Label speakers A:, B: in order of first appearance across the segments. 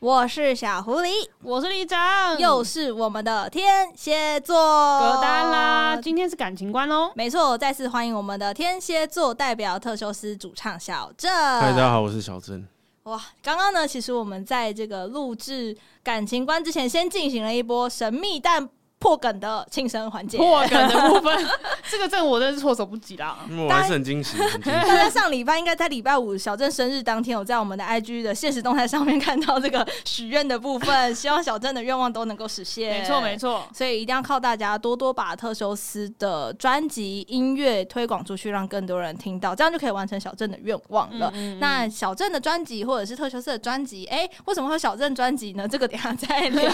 A: 我是小狐狸，
B: 我是李长，
A: 又是我们的天蝎座
B: 歌单啦。今天是感情观哦喽。
A: 没错，再次欢迎我们的天蝎座代表特修斯主唱小郑。
C: 嗨，大家好，我是小郑。
A: 哇，刚刚呢，其实我们在这个录制感情观之前，先进行了一波神秘但破梗的庆生环节。
B: 破梗的 部分，这个证我真是措手不及啦。
C: 嗯我还是很惊喜，很惊喜。
A: 大家上礼拜应该在礼拜五小郑生日当天，有在我们的 IG 的现实动态上面看到这个许愿的部分，希望小郑的愿望都能够实现。
B: 没错，没。错。
A: 所以一定要靠大家多多把特修斯的专辑音乐推广出去，让更多人听到，这样就可以完成小郑的愿望了。
B: 嗯
A: 那小郑的专辑或者是特修斯的专辑，哎、为什么会有小郑专辑呢？这个等一下再 聊，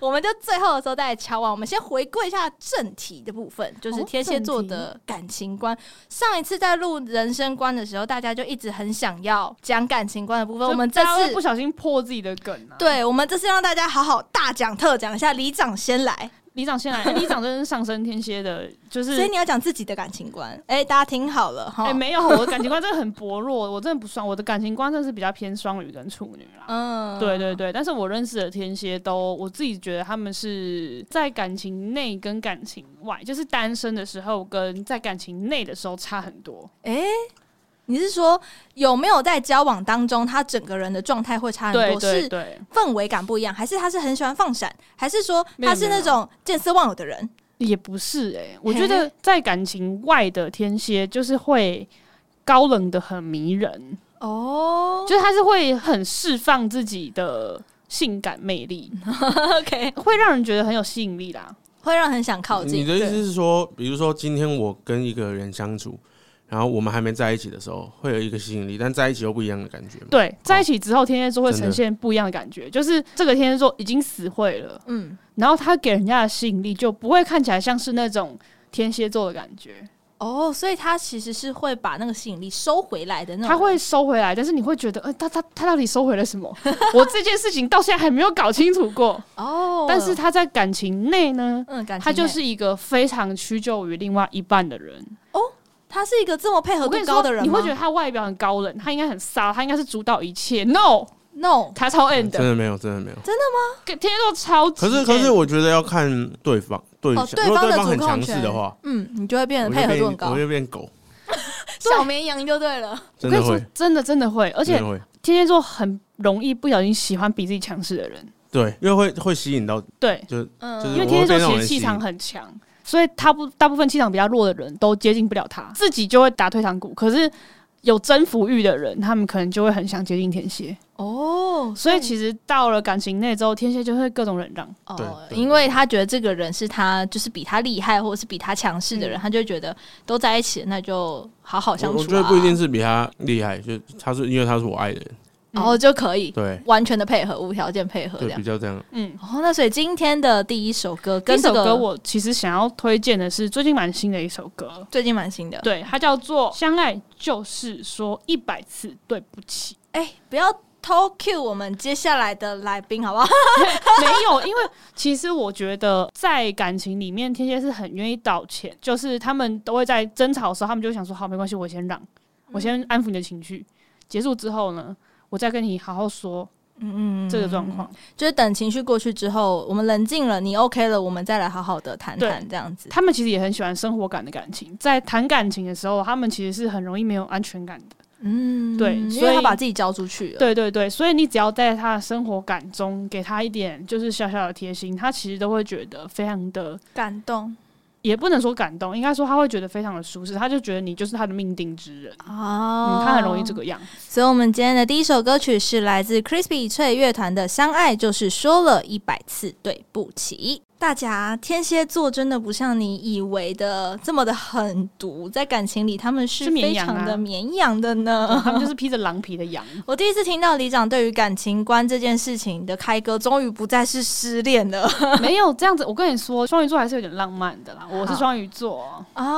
A: 我们就最后的时候再来敲完。我们先回归一下正题的部分，就是
B: 哦
A: 天蝎座
B: 正题
A: 的感情观。上一次在录人生观的时候，大家就一直很想要讲感情观的部分，我们这
B: 大家会
A: 次
B: 不。小心破自己的梗啊。，
A: 对，我们这次让大家好好大讲特讲一下，里长先来。
B: 李长先 来，李长真是上升天蝎的，就是
A: 所以你哦要讲自己的感情观。哎、大家听好了哈。
B: 哎、没有，我的感情观真的很薄弱，我真的不算，我的感情观真的是比较偏双鱼跟处女啦。
A: 嗯
B: 对对对，但是我认识的天蝎都，我自己觉得他们是在感情内跟感情外，就是单身的时候跟在感情内的时候差很多。
A: 哎、你是说有没有在交往当中，他整个人的状态会差很
B: 对
A: 多？
B: 对
A: 是
B: 对，
A: 氛围感不一样，还是他是很喜欢放闪，还是说
B: 没有
A: 他是那种见色忘友的人？
B: 也不是哎、我
A: 嘿
B: 觉得在感情外的天蝎就是会高冷的很迷人，
A: 哦
B: 就是他是会很释放自己的性感魅力，
A: ，OK，
B: 会让人觉得很有吸引力啦。
A: 会让人很想靠近。
C: 你的意嗯思是说，比如说今天我跟一个人相处，然后我们还没在一起的时候，会有一个吸引力，但在一起又不一样的感觉吗？
B: 对，在一起之后，天蝎座会
C: 哦真的
B: 呈现不一样的感觉，就是这个天蝎座已经死会了，
A: 嗯，
B: 然后他给人家的吸引力就不会看起来像是那种天蝎座的感觉，
A: 哦，所以他其实是会把那个吸引力收回来的那种人。
B: 他会收回来，但是你会觉得，呃，他他他到底收回了什么？ 我这件事情到现在还没有搞清楚过。
A: 哦，
B: 但是他在感情内呢，
A: 嗯，感情
B: 他就
A: 内
B: 是一个非常屈就于另外一半的人。
A: 他是一个这么配合
B: 我跟
A: 嗯度
B: 你
A: 高
B: 说
A: 的，人吗
B: 你会觉得他外表很高冷，他应该很骚，他应该是主导一切。No，
A: no
B: 他超 end
C: 嗯真
B: 的，
C: 的没有，真的没有。
B: 天蝎座超级
C: 可
B: end。
C: 是，可是我觉得要看对方对
A: 哦
C: 象，
A: 对
C: 如果
A: 方的
C: 对
A: 主
C: 方很
A: 控
C: 强势
A: 权
C: 的话，
A: 嗯，你就会变
C: 我
A: 得
C: 就
A: 配合
C: 变
A: 度很高
C: 我，就变狗，
A: 小绵羊就对了。
B: 我
C: 真
B: 跟
C: 的
B: 你说
C: 会，，
B: 真的真的会，而且
C: 真的会，
B: 天蝎座很容易不小心喜欢比自己强势的人，
C: 对，因为会会吸引到，
B: 对，
C: 就
A: 嗯
C: 就是
B: 因为
C: 我
B: 天蝎座
C: 会被
B: 其
C: 那种
B: 实
C: 人吸
B: 气
C: 引
B: 场很强，所以他不大部分气场比较弱的人都接近不了他，自己就会打退堂鼓。可是有征服欲的人，他们可能就会很想接近天蝎，
A: 哦，
B: 所以其实到了感情内之后，天蝎就会各种忍让。
C: 对
A: 哦，
C: 对
A: 因为他觉得这个人是他就是比他厉害或者是比他强势的人，
B: 嗯
A: 他就会觉得都在一起，那就好好相
C: 我
A: 处、啊。
C: 我觉得不一定是比他厉害，就他是因为他是我爱的人，
A: 然后哦就可以
C: 对
A: 完全的配合，无条件配合这
C: 对，
A: 样
C: 比。较这样。
B: 嗯，
A: 哦，那所以今天的第一首歌
B: 跟
A: 跟
B: 首
A: 这
B: 歌
A: 个
B: 我其实想要推荐的是最近蛮新的一首歌，
A: 最近蛮新的，
B: 对，它叫做《相爱就是说一百次对不起》。
A: 哎、不要偷 Q 我们接下来的来宾好不好？
B: 没有，因为其实我觉得在感情里面，天蝎是很愿意道歉，就是他们都会在争吵的时候，他们就会想说好，没关系，我先让，我先安抚你的情绪。结束之后呢，我再跟你好好说
A: 嗯
B: 这个状况。
A: 就是等情绪过去之后，我们冷静了，你 OK 了，我们再来好好的谈谈这样子。
B: 他们其实也很喜欢生活感的感情，在谈感情的时候，他们其实是很容易没有安全感的。
A: 嗯，
B: 对
A: 因
B: 所
A: 为
B: 以
A: 他把自己交出去了。
B: 对对对，所以你只要在他的生活感中给他一点就是小小的贴心，他其实都会觉得非常的。
A: 感动
B: 也不能说感动，应该说他会觉得非常的舒适，他就觉得你就是他的命定之人。
A: 哦
B: 嗯，他很容易这个样子。
A: 所以，我们今天的第一首歌曲是来自 Crispy 翠乐团的《相爱就是说了一百次对不起》。大家，天蝎座真的不像你以为的这么的狠毒，在感情里他们是
B: 是绵
A: 非
B: 羊
A: 常
B: 啊
A: 的绵羊的呢。
B: 他们就是披着狼皮的羊。
A: 我第一次听到里长对于感情观这件事情的开歌，终于不再是失恋 了。
B: 没有这样子，我跟你说，双鱼座还是有点浪漫的啦。我是
A: 好
B: 双鱼座，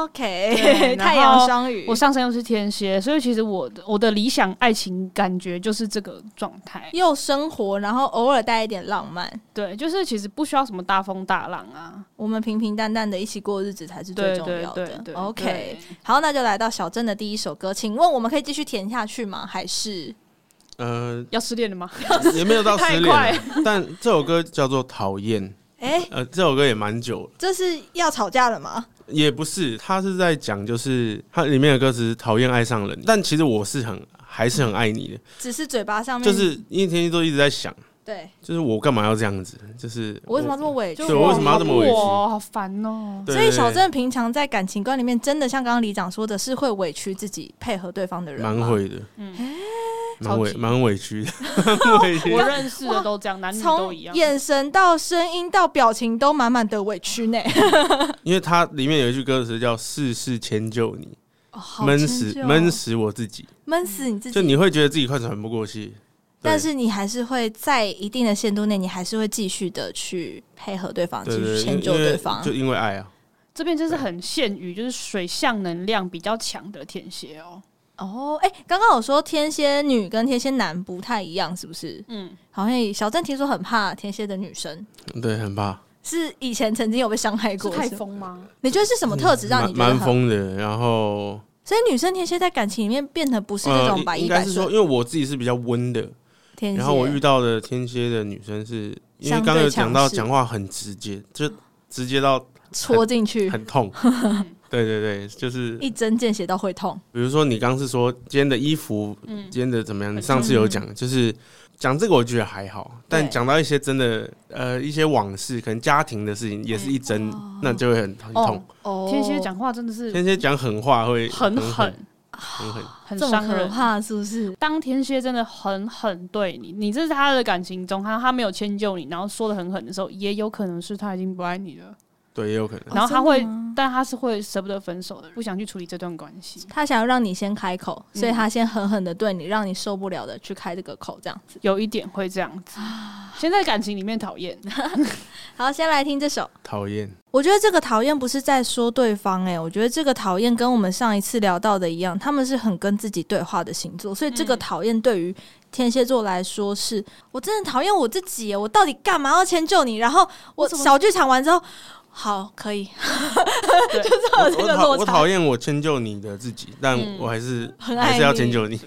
A: OK，
B: 对然后
A: 太阳双鱼
B: 我，上升又是天蝎，所以其实我的我的理想爱情感觉就是这个状态。
A: 又生活，然后偶尔带一点浪漫，
B: 对，就是其实不需要什么大风大浪啊。
A: 我们平平淡淡的一起过日子才是最
B: 对
A: 重
B: 对
A: 要
B: 对
A: 的。
B: 对
A: OK。
B: 对
A: 好，那就来到小郑的第一首歌，请问我们可以继续填下去吗？还是
C: 呃，
B: 要失恋了吗？
C: 也没有到失恋
B: 太
C: 啊， 但这首歌叫做《讨厌》，
A: 哎、
C: 呃，这首歌也蛮久了，
A: 这是要吵架了吗？
C: 也不是，他是在讲就是它里面的歌词“讨厌爱上人”，但其实我是很还是很爱你的，
A: 只是嘴巴上面
C: 就是因为天天都一直在想，
A: 对
C: 就是我干嘛要这样子，就是
A: 我为什么要这么委屈？啊
C: 对我为什么要这么委屈
B: 哇好烦哦、
C: 对
A: 所以小
C: 对
A: 郑平常在感情观里面，真的像刚刚李长说的，是会委屈自己配合对方的人嗯吗，
C: 蛮会的，蛮
B: 超
C: 委
B: 级
C: 蛮委 屈的，很委屈
B: 我认识的都这样，男女都
A: 从
B: 一样。
A: 眼神到声音到表情都满满的委屈呢，
C: 因为它里面有一句歌词叫“事事迁就你，
A: 哦好
C: 闷
A: 迁
C: 死
A: 就哦
C: 闷死我自己”，
A: 闷死你自
C: 就
A: 己。
C: 你会觉得自己快喘不过气，
A: 但
C: 对
A: 是你还是会在一定的限度内，你还是会继续的去配合对方，继
C: 对
A: 续
C: 对，
A: 迁
C: 因
A: 就
C: 因为
A: 对方
C: 就。因为爱啊，
B: 这边就是很限于就是水象能量比较强的天蝎哦、
A: 哦，哎、刚刚有说天蝎女跟天蝎男不太一样，是不是？
B: 嗯，
A: 好像小郑听说很怕天蝎的女生，
C: 对，很怕。
A: 是以前曾经有被伤害
B: 是
A: 过。
B: 太
A: 是吗
B: 疯吗？
A: 你觉得是什么特质让你
C: 蛮
A: 觉得
C: 嗯蛮
A: 很
C: 疯的，然后
A: 所以女生天蝎在感情里面变得不是这
C: 呃
A: 种，百
C: 应
A: 依
C: 应该
A: 百
C: 是说，
A: 顺
C: 因为我自己是比较温的，
A: 天蝎，
C: 然后我遇到的天蝎的女生是，因为
A: 相对
C: 刚刚有讲到
A: 强势
C: 讲话很直接，就直接到
A: 戳进去，
C: 很 痛。对对对，就是
A: 一针见血到会痛。
C: 比如说你刚是说今天的衣服，
B: 嗯
C: 今天的怎么样？你
B: 很
C: 上次有
B: 重
C: 讲，就是讲这个我觉得还好，但
A: 对
C: 讲到一些真的呃一些往事，可能家庭的事情也是一针，那就会很很
B: 哦
C: 痛。，
A: 哦
B: 天蝎讲话真的是
C: 天蝎讲狠话会
B: 很
C: 狠
B: 狠，
C: 很狠，
B: 很
A: 这么
B: 伤
A: 可
B: 人。
A: 怕，是不是？
B: 当天蝎真的很狠对你，你这是他的感情中，他他没有迁就你，然后说的很狠的时候，也有可能是他已经不爱你了，
C: 对，也有可能。
B: 然后他会
A: 真的吗，
B: 但他是会舍不得分手的，不想去处理这段关系。
A: 他想要让你先开口，
B: 嗯
A: 所以他先狠狠的对你，让你受不了的去开这个口，这样子。
B: 有一点会这样子，先在感情里面讨厌，
A: 好，先来听这首。
C: 讨厌，
A: 我觉得这个讨厌不是在说对方、欸，我觉得这个讨厌跟我们上一次聊到的一样，他们是很跟自己对话的星座，所以这个
B: 嗯
A: 讨厌对于天蝎座来说是，我真的讨厌我自己、欸，我到底干嘛要迁就你？然后我
B: 我怎么
A: 小剧场完之后，好，可以，
B: 对
A: 就是 有这
C: 我
A: 个
C: 讨
A: 落
C: 我
A: 差
C: 讨，厌我迁就你的自己，但我 还是、
A: 很爱
C: 还是要
A: 你
C: 迁就你。
A: 那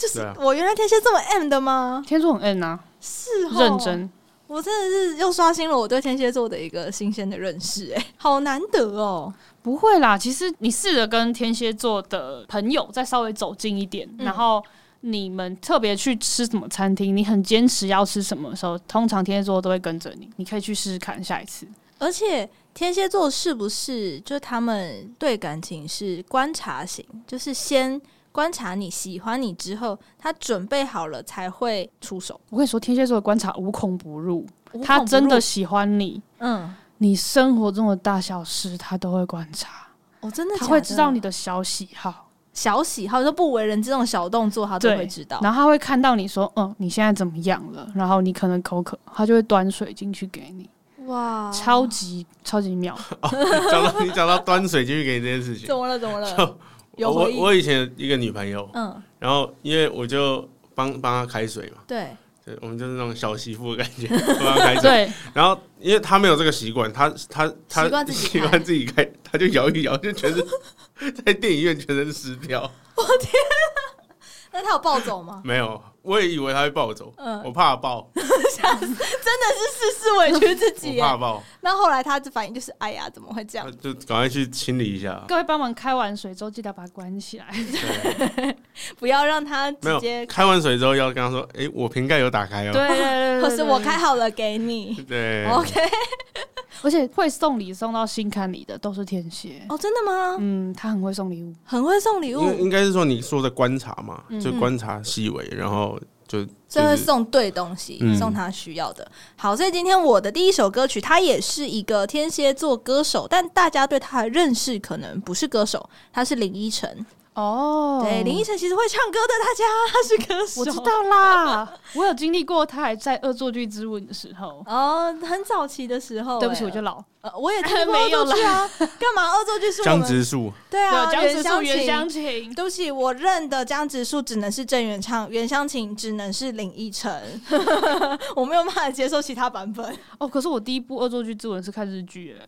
A: 就是
C: 对啊
A: 我原来天蝎这么 M 的吗？
B: 天蝎很恩啊，
A: 是哦
B: 认，真。
A: 我真的是又刷新了我对天蝎座的一个新鲜的认识、欸，好难得哦，
B: 不会啦，其实你试着跟天蝎座的朋友再稍微走近一点，
A: 嗯
B: 然后你们特别去吃什么餐厅，你很坚持要吃什么的时候，通常天蝎座都会跟着你，你可以去试试看下一次。
A: 而且天蝎座是不是就他们对感情是观察型，就是先观察你喜欢你之后，他准备好了才会出手。
B: 我跟你说，天蝎座的观察无孔不入，他真的喜欢你，
A: 嗯，
B: 你生活中的大小事他都会观察，
A: 我、哦真的
B: 他
A: 假
B: 会
A: 的
B: 知道你的小喜好，
A: 小喜好，就不为人知这种小动作，他都
B: 对
A: 会知道。
B: 然后他会看到你说，嗯，你现在怎么样了，然后你可能口渴，他就会端水进去给你，
A: 哇，
B: 超级超级 妙。
C: 讲到你讲到端水进去给你这件事情
A: 怎，么了？怎么了
C: 就？
A: 有
C: 我
A: 回忆？
C: 我以前一个女朋友，
A: 嗯，
C: 然后因为我就帮帮她开水嘛，
A: 对，
C: 对，我们就是那种小媳妇的感 觉，帮她开水。
B: 对，
C: 然后因为她没有这个习惯，她她她
A: 习惯自己
C: 喜
A: 开
C: 欢自己开，她就摇一摇，就全身 在电影院全身湿掉。
A: 那他有暴走吗？
C: 没有，我也以为她会暴走，
A: 嗯
C: 我怕爆，
A: 是是委屈自己
C: 我
A: 耶。
C: 怕爆，
A: 那后来他的反应就是：哎呀，怎么会这样？
C: 就赶快去清理 一下。
B: 各位帮忙开完水之后，记得把它关起来。
C: 对。呃
A: 不要让他
C: 没
A: 直接
C: 有，开完水之后要跟他说：“哎、我瓶盖有打开 哦。
B: 对对
A: 可是我开。好了给你。
C: 对
A: OK，
B: 而且会送礼送到心坎里的都是天蝎。
A: 哦，真的吗？
B: 嗯，他很会送礼物。
A: 很会送礼
C: 因为嗯
A: 物，
C: 应该是说你说的观察嘛，
B: 嗯
C: 就观察细微，然后就
A: 所以会
C: 就是
A: 送对东西，
C: 嗯
A: 送他需要的。好，所以今天我的第一首歌曲，他也是一个天蝎座歌手，但大家对他的认识可能不是歌手，他是林依晨。
B: 哦
A: 对，林依晨其实会唱歌的，大家他是歌手，
B: 我知。道啦，我有经历过他还在《恶作剧之吻》的时候。
A: 哦，很早期的时候、
B: 对不起，
A: 哎
B: 我就老。
A: 呃我也听过
B: 没有
A: 恶作剧啊，干嘛恶作剧是我
C: 江
A: 们
C: 直树
A: 对啊，
B: 江直树、
A: 原
B: 袁湘琴，
A: 对不起，我认的江直树只能是郑元畅，袁湘琴只能是林依晨， 我没有办法接受其他版本。
B: 哦，可是我第一部《恶作剧之吻》是看日剧，哎，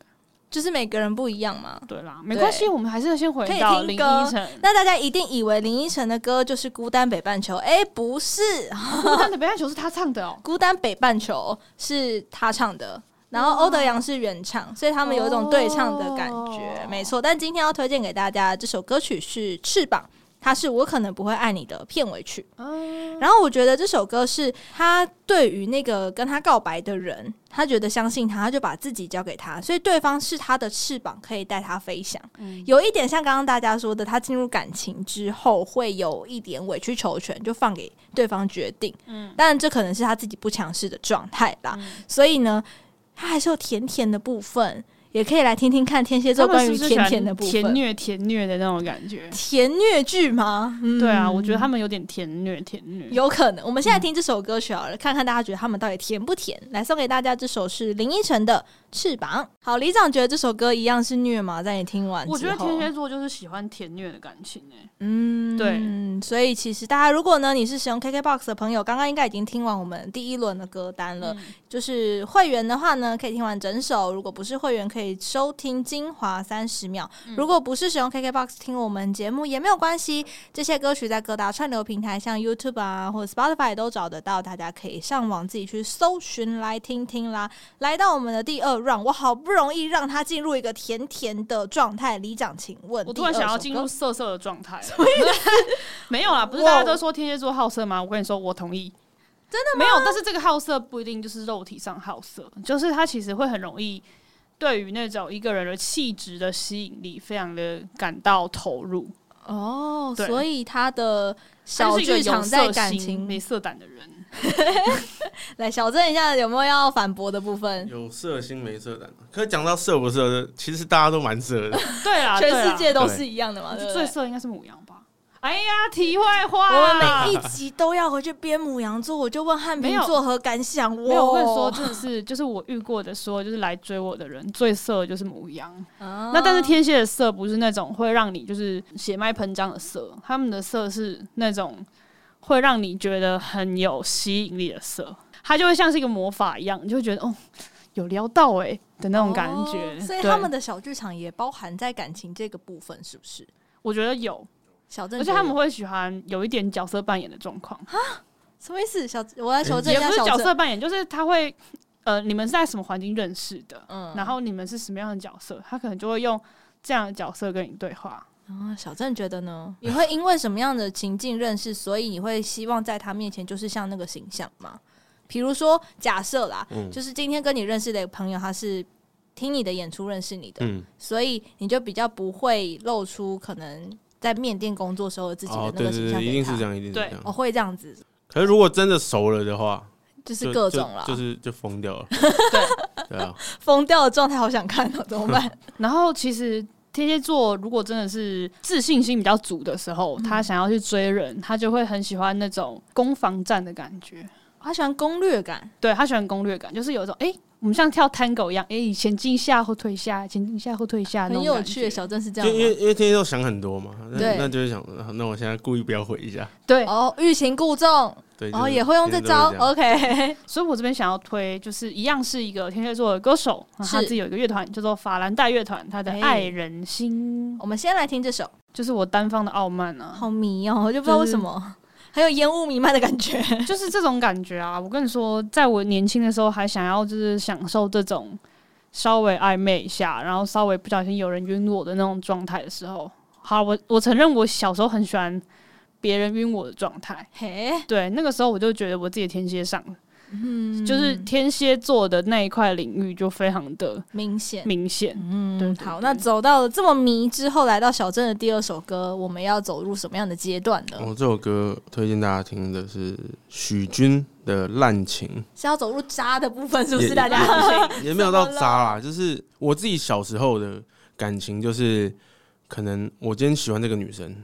A: 就是每个人不一样嘛。
B: 对啦，没关系，我们还是先回
A: 可以
B: 到
A: 听
B: 林
A: 歌
B: 依晨。
A: 那大家一定以为林依晨的歌就是《孤单北半球》，哎，不是，《。
B: 孤单的北半球是他唱的哦
A: 孤单北半球》是他唱的，然后欧德阳是原唱，所以他们有一种对唱的感觉，
B: 哦
A: 没错。但今天要推荐给大家的这首歌曲是《翅膀》，它是我可能不会爱你的片尾曲。
B: 嗯，
A: 然后我觉得这首歌是他对于那个跟他告白的人，他觉得相信他，他就把自己交给他，所以对方是他的翅膀，可以带他飞翔。有一点像刚刚大家说的，他进入感情之后会有一点委曲求全，就放给对方决定。嗯，但这可能是他自己不强势的状态啦。
B: 嗯
A: 所以呢，他还是有甜甜的部分，也可以来听听看天蝎座
B: 他们
A: 关
B: 是
A: 于
B: 不是
A: 甜
B: 喜
A: 甜
B: 欢
A: 的部分。
B: 甜虐甜虐的那种感觉？
A: 甜虐剧吗？嗯
B: 对啊，我觉得他们有点甜虐甜虐。
A: 有可能。我们现在听这首歌曲好了，看看大家觉得他们到底甜不甜。来送给大家这首是林依晨的《翅膀》。好，李长觉得这首歌一样是虐吗？在你听完之后，
B: 我觉得天蝎座就是喜欢甜虐的感情诶、
A: 嗯，
B: 对
A: 嗯，所以其实大家如果呢，你是使用 KKBOX 的朋友，刚刚应该已经听完我们第一轮的歌单
B: 嗯
A: 了。就是会员的话呢，可以听完整首；如果不是会员，可以收听精华三十秒。
B: 嗯
A: 如果不是使用 KKBOX 听我们节目也没有关系，这些歌曲在各大串流平台，像 YouTube 啊或者 Spotify 都找得到，大家可以上网自己去搜寻来听听啦。来到我们的第二 round，我好不容易让他进入一个甜甜的状态。李长，请问，
B: 我突然
A: 第二
B: 想要
A: 首
B: 进
A: 歌
B: 入色色的状态了， 没有啊啦，不是大家都说天蝎座好色吗？我跟你说，我同意，真的没有。但是这个好色不一定就是肉体上好色，就是他其实会很容易对于那种一个人的气质的吸引力非常的感到投入。
A: 哦，
B: 对
A: 所以他的
B: 他
A: 小
B: 就是一个
A: 剧
B: 有
A: 场在
B: 色
A: 感
B: 心
A: 情
B: 没色胆的人，
A: 来小郑一下有没有要反驳的部分？
C: 有色心没色胆，可是讲到色不色，其实大家都蛮色的。
B: 对啊，
A: 全
B: 对啦
A: 世界都是一样的嘛，对不
B: 最
A: 对？
B: 色应该是母羊吧？哎呀，题外话，
A: 我们
B: 啊
A: 每一集都要回去编母羊座，我就问汉
B: 没
A: 平
B: 有
A: 作何感想？
B: 没有，我跟你说，
A: 哇，
B: 真的是，就是我遇过的说，就是来追我的人最色的就是母羊。
A: 啊
B: 那但是天蝎的色不是那种会让你就是血脉喷张的色，他们的色是那种会让你觉得很有吸引力的色，它就会像是一个魔法一样，你就会觉得哦，有撩到哎、的那种感觉。
A: 哦所以
B: 对
A: 他们的小剧场也包含在感情这个部分，是不是？
B: 我觉得有，
A: 小郑
B: 而
A: 觉
B: 且
A: 得，
B: 他们会喜欢有一点角色扮演的状况，
A: 什么意思？小我来求证一
B: 也
A: 下
B: 不是
A: 小
B: 角
A: 郑，
B: 色扮演，就是他会呃，你们是在什么环境认识的？
A: 嗯
B: 然后你们是什么样的角色，他可能就会用这样的角色跟你对话。
A: 啊，小郑觉得呢？ 你会因为什么样的情境认识，所以你会希望在他面前就是像那个形象吗？比如说，假设啦，
C: 嗯
A: 就是今天跟你认识的朋友，他是听你的演出认识你的，
C: 嗯，
A: 所以你就比较不会露出可能在面店工作时候自己的
C: 哦，
A: 那
C: 对
A: 个
C: 对
A: 形象
C: 对，
A: 给他。
C: 一定是这样，一定是这
B: 对
A: 哦，
C: 样。
A: 会这样子，
C: 可是如果真的熟了的话，
A: 就是
C: 就
A: 各种啦，
C: 就就是就疯 掉了。对啊，
A: 疯掉的状态，好想看哦，怎么 办？
B: 然后其实天蝎座如果真的是自信心比较足的时候，他
A: 嗯
B: 想要去追人，他就会很喜欢那种攻防战的感觉。
A: 他喜欢攻略感，
B: 对他喜欢攻略感，就是有一种哎、诶我们像跳探戈一样，哎、前进一下后退一下，前进一下后退一下，
A: 很
B: 那种
A: 有
B: 感
A: 趣。
B: 觉
A: 小郑是这
C: 就
A: 样
C: 因为
A: 吗。
C: 因为天蝎座想很多嘛，那
A: 对
C: 那就会想，啊那我现在故意不要回一下。
B: 对，
A: 哦，欲擒故纵，
C: 对，
A: 然
C: 就
A: 后
C: 是
A: 哦也会用这
C: 天蝎座
A: 招哦
C: 会样
A: ，OK。
B: 所以我这边想要推，就是一样是一个天蝎座的歌手，然后他
A: 是
B: 自己有一个乐团叫做法兰黛乐团，他的
A: 哎
B: 《爱人心》
A: 我们先来听这首，
B: 就是我单方的傲慢啊，
A: 好迷哦，我就不知道为什么，很有烟雾弥漫的感觉。
B: 就是这种感觉啊！我跟你说，在我年轻的时候，还想要就是享受这种稍微暧昧一下，然后稍微不小心有人晕我的那种状态的时候。好，我我承认我小时候很喜欢别人晕我的状态，
A: 嘿，
B: 对，那个时候我就觉得我自己天蝎上了，
A: 嗯
B: 就是天蝎座的那一块领域就非常的
A: 明显。
B: 明显。
A: 嗯
B: 对对
A: 好，
B: 对
A: 那走到了这么迷之后，来到小镇的第二首歌，我们要走入什么样的阶段呢？
C: 我、哦这首歌推荐大家听的是许君的《滥情
A: 是要走入渣的部分，是不
C: 也
A: 是？大 家》，
C: 也没有到渣啦，就是我自己小时候的感情，就是可能我今天喜欢这个女生，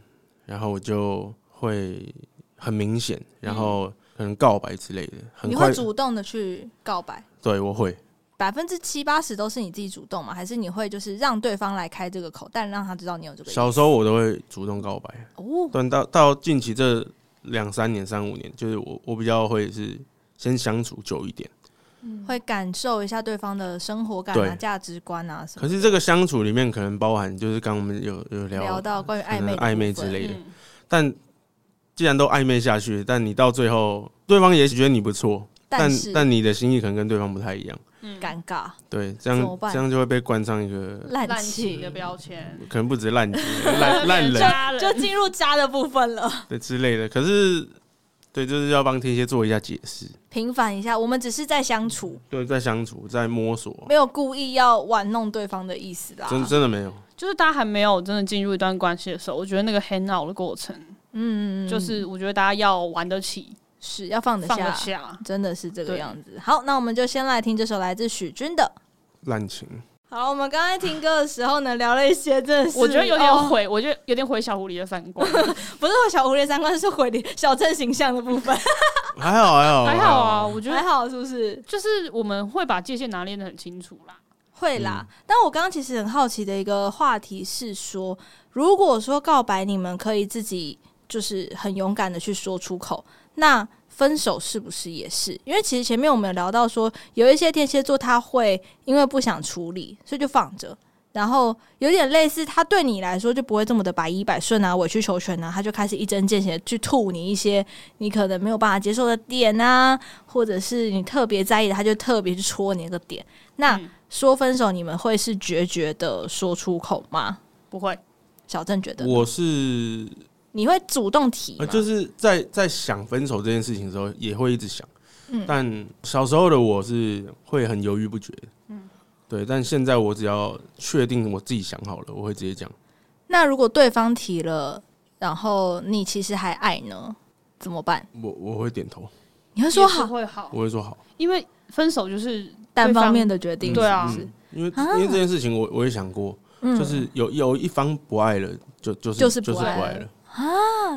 C: 然后我就会很明显，然后可能告白之类的，
A: 嗯
C: 很
A: 你
C: 快
A: 会，主动的去告白，
C: 对我会，
A: 百分之七八十都是你自己主动吗？还是你会就是让对方来开这个口，但让他知道你有这个意思
C: 小时候我都会主动告白，
A: 哦？
C: 但到到近期这两三年、三五年，就是我我比较会是先相处久一点，
A: 会感受一下对方的生活感啊、
C: 对
A: 价值观啊什么
C: 可是这个相处里面可能包含就是刚我们有有
A: 的。聊
C: 聊
A: 到关于
C: 可
A: 暧昧
C: 能
A: 的
C: 暧昧
A: 部
C: 之
A: 分
C: 类的，
B: 嗯
C: 但既然都暧昧下去，但你到最后对方也许觉得你不错，但
A: 但是
C: 但你的心意可能跟对方不太一样，
A: 尴尬、
C: 对，这
A: 怎么
C: 样
A: 办
C: 这样就会被冠上一个
A: 烂
B: 烂
A: 气
B: 气的标签，
C: 可能不止烂人烂烂人
B: 家人
A: 就进入渣的部分了。
C: 对之类的。可是，对，就是要帮天蝎做一下解释，
A: 平反一下，我们只是在相处，
C: 对，在相处，在摸索，
A: 没有故意要玩弄对方的意思啦。
C: 真真的没有。
B: 就是大家还没有真的进入一段关系的时候，我觉得那个 hang out 的过程，
A: 嗯，嗯嗯
B: 就是我觉得大家要玩得起，
A: 是要放得
B: 放得
A: 下，
B: 下。
A: 真的是这个
B: 对
A: 样子。好，那我们就先来听这首来自许君的。
C: 滥情，
A: 好，我们刚才听歌的时候呢，聊了一些真的是，
B: 我觉得有点
A: 哦
B: 毁，我觉得有点毁小狐狸的三观。
A: 不是我小狐狸三观，是毁你小镇形象的部分，
C: 还好还好
B: 还好啊，，我觉
A: 还
B: 得
A: 好是不是？
B: 就是我们会把界限拿捏的很清楚啦。
A: 会啦。但我刚刚其实很好奇的一个话题是说，如果说告白你们可以自己就是很勇敢的去说出口，那分手是不是也是？因为其实前面我们有聊到说，有一些天蝎座他会因为不想处理，所以就放着。然后有点类似，他对你来说就不会这么的百依百顺啊、委曲求全啊，他就开始一针见血地去吐你一些你可能没有办法接受的点啊，或者是你特别在意的，他就特别去戳你那个点。那、
B: 嗯
A: 说分手，你们会是决绝的说出口吗？
B: 不会，
A: 小郑觉得呢
C: 我是
A: 你会主动提吗？
C: 呃，就是在在想分手这件事情的时候，也会一直想。
A: 嗯
C: 但小时候的我是会很犹豫不决。嗯，对。但现在我只要确定我自己想好了，我会直接讲。
A: 那如果对方提了，然后你其实还爱呢，怎么办？
C: 我我会点头，
A: 你会说
B: 也是
A: 好
B: 会好，
C: 我会说好。
B: 因为分手就是
A: 单
B: 对方
A: 方面的决定，
B: 对啊
A: 是不是
C: 嗯因为、
A: 啊
C: 因为这件事情我，我也想过，
A: 嗯
C: 就是有有一方不爱了，就就是
A: 就是不
C: 不
A: 爱
C: 爱了。
A: 啊，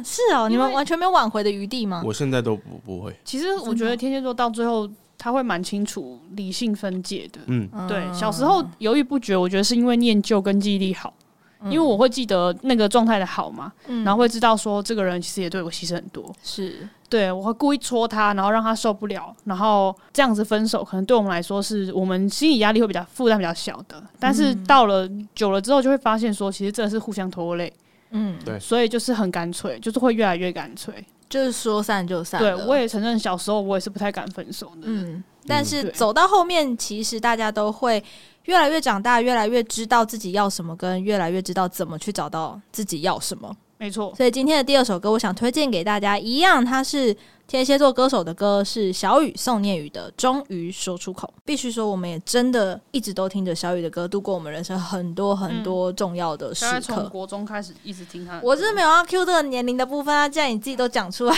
A: 是哦，你
B: 因为
A: 们完全没有挽回的余地吗？
C: 我现在都不不会，
B: 其实我觉得天蝎座到最后他会蛮清楚理性分界的。
C: 嗯，
A: 嗯
B: 对，小时候犹豫不决，我觉得是因为念旧跟记忆力好，因为我会记得那个状态的好嘛，
A: 嗯
B: 然后会知道说这个人其实也对我牺牲很多，
A: 是
B: 对我会故意戳他，然后让他受不了，然后这样子分手，可能对我们来说是我们心理压力会比较负担比较小的，但是
A: 嗯
B: 到了久了之后，就会发现说其实真的是互相拖累，
A: 嗯，
C: 对
B: 所以就是很干脆，就是会越来越干脆。
A: 就是说散就散
B: 对
A: 了，
B: 我也承认，小时候我也是不太敢分手的，
A: 嗯，但是
B: 对
A: 走到后面，其实大家都会越来越长大，越来越知道自己要什么，跟越来越知道怎么去找到自己要什么。
B: 没错，
A: 所以今天的第二首歌，我想推荐给大家，一样，它是天蝎座歌手的歌，是小雨宋念宇的《终于说出口》。必须说，我们也真的一直都听着小雨的歌，度过我们人生很多很多重要的时
B: 大概从
A: 刻。
B: 国中开始一直听他的歌，
A: 我是没有要 Q 这个年龄的部分啊，既然你自己都讲出来，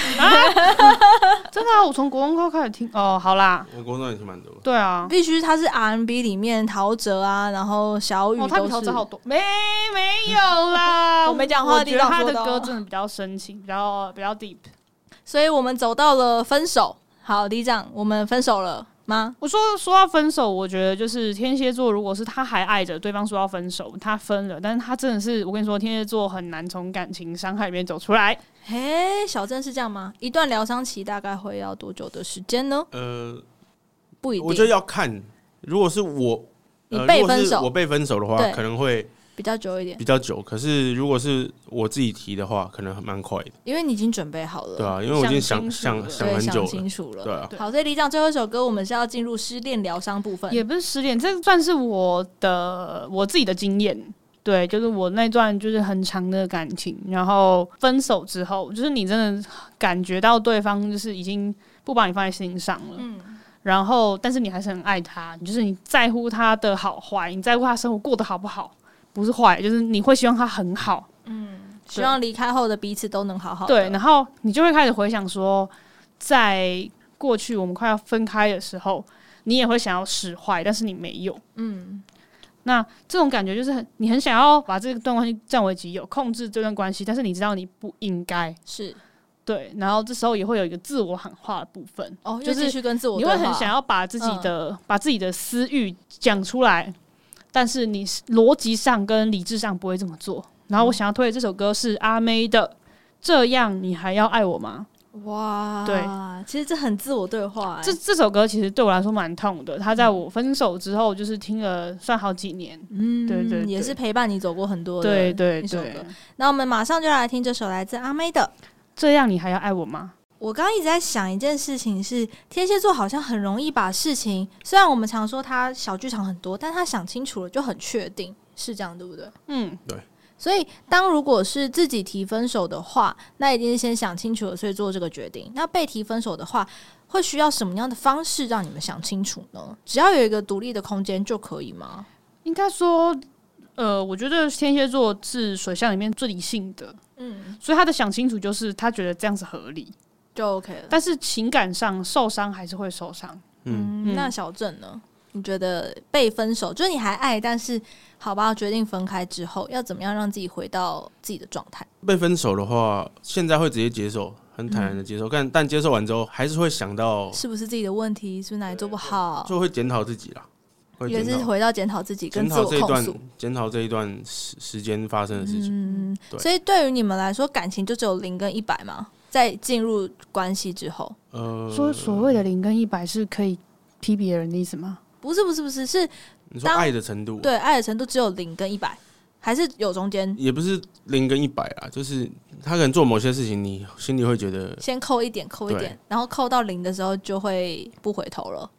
B: 真的、啊，我从国中开始听，哦，好啦，
C: 我工作也是蛮多的。
B: 对啊，
A: 必须他是 R&B 里面陶喆啊，然后小雨
B: 哦，他
A: 都
B: 比陶
A: 是
B: 喆好多，没没有 啦，
A: 我没讲话
B: 我
A: 地
B: 觉得
A: 上
B: 他
A: 说
B: 的
A: 的哦
B: 歌真的比较深情，比较比较 deep。
A: 所以我们走到了分手。好，李长，我们分手了吗？
B: 我说说到分手，我觉得就是天蝎座，如果是他还爱着对方说要分手，他分了，但是他真的是，我跟你说，天蝎座很难从感情伤害里面走出来。
A: 嘿，小郑是这样吗？一段疗伤期大概会要多久的时间呢？
C: 呃，
A: 不一定，
C: 我觉得要看，如果是我，
A: 你
C: 呃，
A: 被
C: 如果
A: 分
C: 是
A: 手
C: 我被分手的话
A: 对，
C: 可能会
A: 比较久一点，
C: 比较久。可是如果是我自己提的话，可能蛮快的，
A: 因为你已经准备好了，
C: 对啊，因为我已经想
B: 想清
C: 想
B: 楚
A: 对，
C: 很久
A: 想
C: 了
A: 清，楚
C: 对
A: 了。
C: 啊，
B: 对
A: 好，所以李长最后一首歌，我们是要进入失恋疗伤部分。
B: 也不是失恋，这算是我的我自己的经验。对，就是我那段就是很长的感情，然后分手之后，就是你真的感觉到对方就是已经不把你放在心上了，嗯，然后但是你还是很爱他，就是你在乎他的好坏，你在乎他生活过得好不好，不是坏，就是你会希望他很好，
A: 希望离开后的彼此都能好好的。
B: 对，然后你就会开始回想说，在过去我们快要分开的时候，你也会想要使坏，但是你没有，
A: 嗯，
B: 那这种感觉就是很，你很想要把这段关系占为己有，控制这段关系，但是你知道你不应该，
A: 是
B: 对。然后这时候也会有一个自我喊话的部分，
A: 哦，就
B: 就
A: 是继续跟自我
B: 你
A: 对
B: 会
A: 话。
B: 很想要把自己的、
A: 嗯
B: 把自己的私欲讲出来，但是你逻辑上跟理智上不会这么做。然后我想要推的这首歌是阿妹的《这样你还要爱我吗》。
A: 哇，
B: 对，
A: 其实这很自我对话、欸，
B: 这这首歌其实对我来说蛮痛的，它在我分手之后就是听了算好几年。
A: 嗯
B: 对对对
A: 也是陪伴你走过很多的。
B: 对对
A: 一首
B: 对
A: 歌，那我们马上就来听这首来自阿妹的。
B: 这样你还要爱我吗？
A: 我刚刚一直在想一件事情是，天蝎座好像很容易把事情，虽然我们常说他小剧场很多，但他想清楚了就很确定，是这样对不对？
B: 嗯，
A: 所以，当如果是自己提分手的话，那一定是先想清楚了，所以做这个决定。那被提分手的话，会需要什么样的方式让你们想清楚呢？只要有一个独立的空间就可以吗？
B: 应该说，呃，我觉得天蝎座是水象里面最理性的，
A: 嗯，
B: 所以他的想清楚就是他觉得这样子合理，
A: 就 OK 了。
B: 但是情感上受伤还是会受伤。
A: 嗯，那小郑呢？你觉得被分手，就是你还爱，但是好吧，决定分开之后，要怎么样让自己回到自己的状态？
C: 被分手的话，现在会直接接受，很坦然的接受，但但接受完之后，还是会想到，
A: 嗯是不是自己的问题？是不是哪里做不好？
C: 就会检讨自己啦，会
A: 也
C: 检
A: 是
C: 讨
A: 回到检讨自己，跟
C: 检
A: 自
C: 讨
A: 我
C: 这一
A: 控
C: 段
A: 诉。，
C: 检讨这一段时时间发生的事情。
A: 嗯，
C: 对
A: 所以对于你们来说，感情就只有零跟一百嘛？在进入关系之后，
B: 说
C: 呃，
B: 所谓的零跟一百是可以批别人的意思吗？
A: 不是不是不是，是
C: 你说
A: 当
C: 爱的程度，
A: 对爱的程度只有零跟一百，还是有中间
C: 也不是零跟一百啦，就是他可能做某些事情，你心里会觉得
A: 先扣一点扣一点
C: 对，
A: 然后扣到零的时候就会不回头了，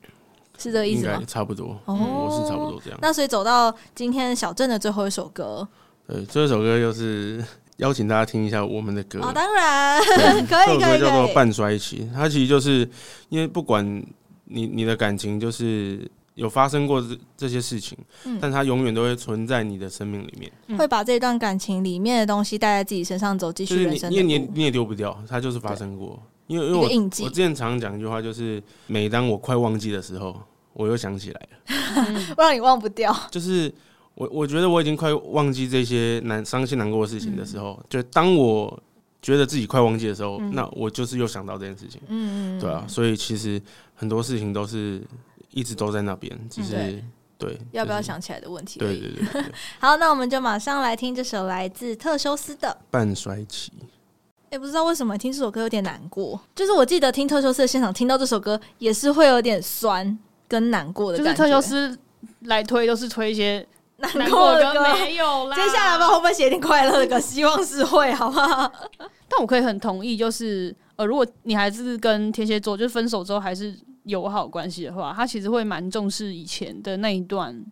A: 是这个意
C: 应
A: 思
C: 该
A: 吗？
C: 差不多，
A: 哦
C: 我是差不多这样。
A: 那所以走到今天小镇的最后一首歌，
C: 对，这首歌又是 邀请大家听一下我们的歌。
A: 哦，当然可
C: 这
A: 以可
C: 首歌
A: 以
C: 叫做
A: 可
C: 《
A: 以，
C: 半衰期》，它其实就是因为不管你你的感情，就是有发生过这这些事情，
A: 嗯
C: 但它永远都会存在你的生命里面，
A: 会把这段感情里面的东西带在自己身上走，继
C: 就
A: 续
C: 是
A: 人
C: 你
A: 生
C: 你也你
A: 的
C: 也
A: 路。
C: 你也丢不掉，它就是发生过。因为因为
A: 一个
C: 我
A: 印记
C: 我之前常讲一句话，就是每当我快忘记的时候，我又想起来了，
A: 不让你忘不掉。
C: 就是。我我觉得我已经快忘记这些难伤心难过的事情的
A: 嗯
C: 时候，就当我觉得自己快忘记的时
A: 嗯
C: 候，那我就是又想到这件事情。
A: 嗯，嗯嗯
C: 对啊，所以其实很多事情都是一直都在那边，只是、对
A: 嗯要不要？
C: 就是
A: 想起来的问题而
C: 对
A: 已。
C: 对对，对
A: 好，那我们就马上来听这首来自特修斯的。
C: 半衰期，
A: 哎，不知道为什么听这首歌有点难过，就是我记得听特修斯的现场，听到这首歌也是会有点酸跟难过的
B: 就
A: 感觉。
B: 是特修斯来推都是推一些
A: 难
B: 难
A: 过
B: 过
A: 的
B: 的
A: 歌
B: 歌，。没有 啦。
A: 接下来吧，会不会写点快乐的歌？希望是会，好不 好？
B: 但我可以很同意，就是呃，如果你还是跟天蝎座就是分手之后还是友好关系的话，他其实会蛮重视以前的那一段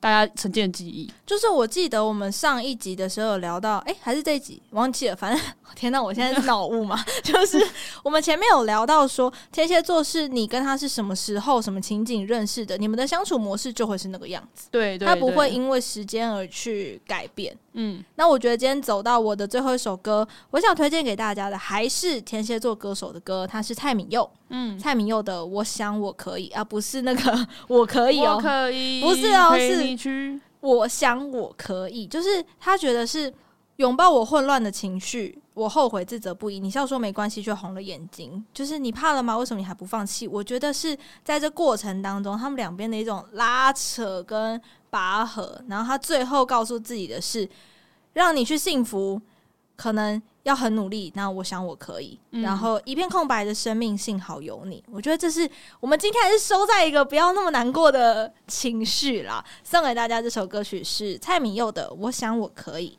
B: 大家曾经的记忆。
A: 就是我记得我们上一集的时候有聊到，哎、还是这一集忘记了，反正哦天哪，我现在是脑雾嘛。 就是我们前面有聊到说，天蝎座是你跟他是什么时候、什么情景认识的，你们的相处模式就会是那个样子。
B: 对对
A: 它不
B: 对
A: 会因为时间而去改变。
B: 嗯，
A: 那我觉得今天走到我的最后一首歌，我想推荐给大家的还是天蝎座歌手的歌，他是蔡敏佑，
B: 嗯，
A: 蔡敏佑的《我想我可以》啊，不是那个我可以哦
B: 我，可以
A: 不是哦
B: 陪
A: 是
B: 你去
A: 我想我可以，就是他觉得是拥抱我混乱的情绪，我后悔自责不已。你笑说没关系，却红了眼睛，就是你怕了吗？为什么你还不放弃？我觉得是在这过程当中，他们两边的一种拉扯跟拔河，然后他最后告诉自己的是，让你去幸福，可能要很努力。那我想我可以，
B: 嗯
A: 然后一片空白的生命，幸好有你。我觉得这是我们今天还是收在一个不要那么难过的情绪啦。送给大家这首歌曲是蔡敏佑的《我想我可以》。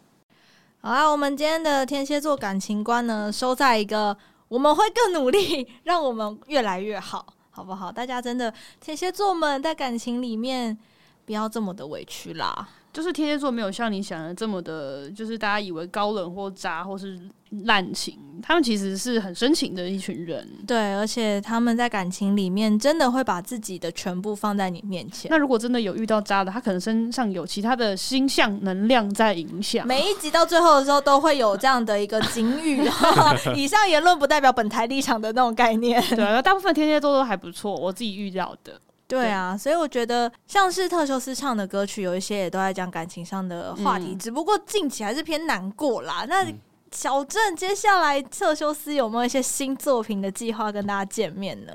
A: 好啦，我们今天的天蝎座感情观呢，收在一个我们会更努力，让我们越来越好，好不好？大家真的天蝎座们在感情里面不要这么的委屈啦。
B: 就是天蝎座没有像你想的这么的，就是大家以为高冷或渣或是滥情，他们其实是很深情的一群人。
A: 对，而且他们在感情里面真的会把自己的全部放在你面前。
B: 那如果真的有遇到渣的，他可能身上有其他的星象能量在影响。
A: 每一集到最后的时候都会有这样的一个警语，啊 以上言论不代表本台立场的那种概念。
B: 对啊，大部分天蝎座都还不错，我自己遇到的。
A: 对啊，所以我觉得像是特修斯唱的歌曲，有一些也都在讲感情上的话题，
B: 嗯
A: 只不过近期还是偏难过啦。那小郑接下来特修斯有没有一些新作品的计划跟大家见面呢？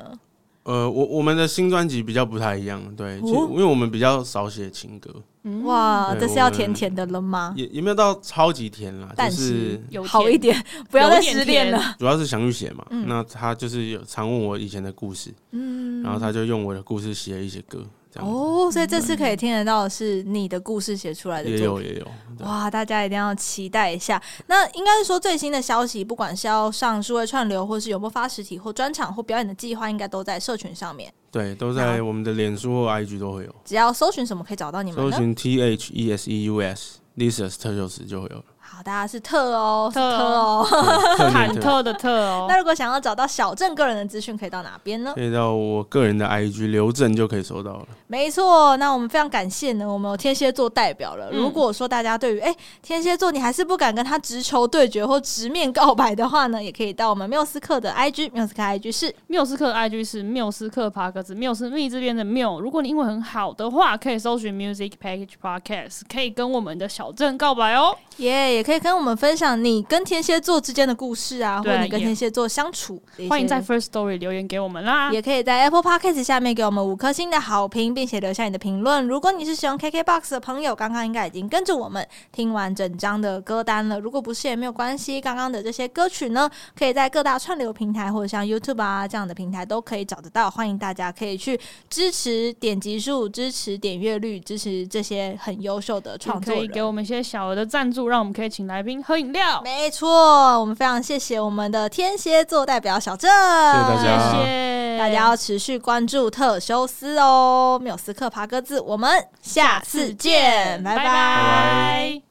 C: 呃，我我们的新专辑比较不太一样，对，其实
A: 哦
C: 因为我们比较少写情歌，
B: 嗯
A: 哇，
C: 对
A: 这是要
C: 我
A: 甜
C: 们
A: 甜的了吗？
C: 也也没有到超级甜啦，
A: 但
C: 就是是
B: 有
A: 好一
B: 甜，
A: 点，不要
B: 有
A: 再
B: 点
A: 失恋
B: 甜
A: 了。
C: 主要是想去写嘛。
A: 嗯
C: 那他就是有常问我以前的故事，
A: 嗯
C: 然后他就用我的故事写了一些歌，这样子、
A: 哦，所以这
B: 嗯
A: 次可以听得到的是你的故事写出来的
C: 也
A: 作
C: 有
A: 品。
C: 也有，对
A: 哇，大家一定要期待一下。那应该是说最新的消息，不管是要上数位串流，或是有没有发实体或专场或表演的计划，应该都在社群上面。
C: 对，都
A: 然
C: 在我们的脸书或 IG 都会有，
A: 只要搜寻什么可以找到你们
C: 搜
A: 呢？
C: 寻 T H E S E U S Lisus 特秀时就会有了，
A: 好，大家是特哦，是
B: 特哦
A: 特哦。
C: 对特
B: 忐
C: 别特
B: 忑的特哦
A: 那。如果想要找到小郑个人的资讯，可以到哪边呢？
C: 可以到我个人的 IG 刘正就可以收到了。
A: 没错，那我们非常感谢呢，我们有天蝎座代表了。
B: 嗯
A: 如果说大家对于哎、天蝎座你还是不敢跟他直球对决或直面告白的话呢，也可以到我们缪斯克的 IG，缪斯克 IG 是
B: 缪斯克的 IG 是缪斯克帕克子，缪是密这边的缪。如果你英文很好的话，可以搜寻 Music Package Podcast，可以跟我们的小郑告白哦。
A: 耶也可以跟我们分享你跟天蝎座之间的故事啊，或
B: 对
A: 者你跟
B: 也
A: 天蝎座相处。
B: 欢迎在 First Story 留言给我们啦。
A: 也可以在 Apple Podcast 下面给我们五颗星的好评，并且留下你的评论。如果你是使用 KKBox 的朋友，刚刚应该已经跟着我们听完整张的歌单了。如果不是也没有关系，刚刚的这些歌曲呢，可以在各大串流平台或者像 YouTube 啊这样的平台都可以找得到。欢迎大家可以去支持点击数、支持点阅率、支持这些很优秀的
B: 也
A: 创
B: 可
A: 作
B: 以给
A: 人。
B: 我们一些小额的赞助，让我们可以请来宾喝饮料。
A: 没错，我们非常谢谢我们的天蝎座代表小郑，
C: 谢大
B: 谢
C: 家
B: 谢
A: 大家要持续关注特修斯哦，缪斯克爬格子，我们下次见，拜拜。
B: 拜拜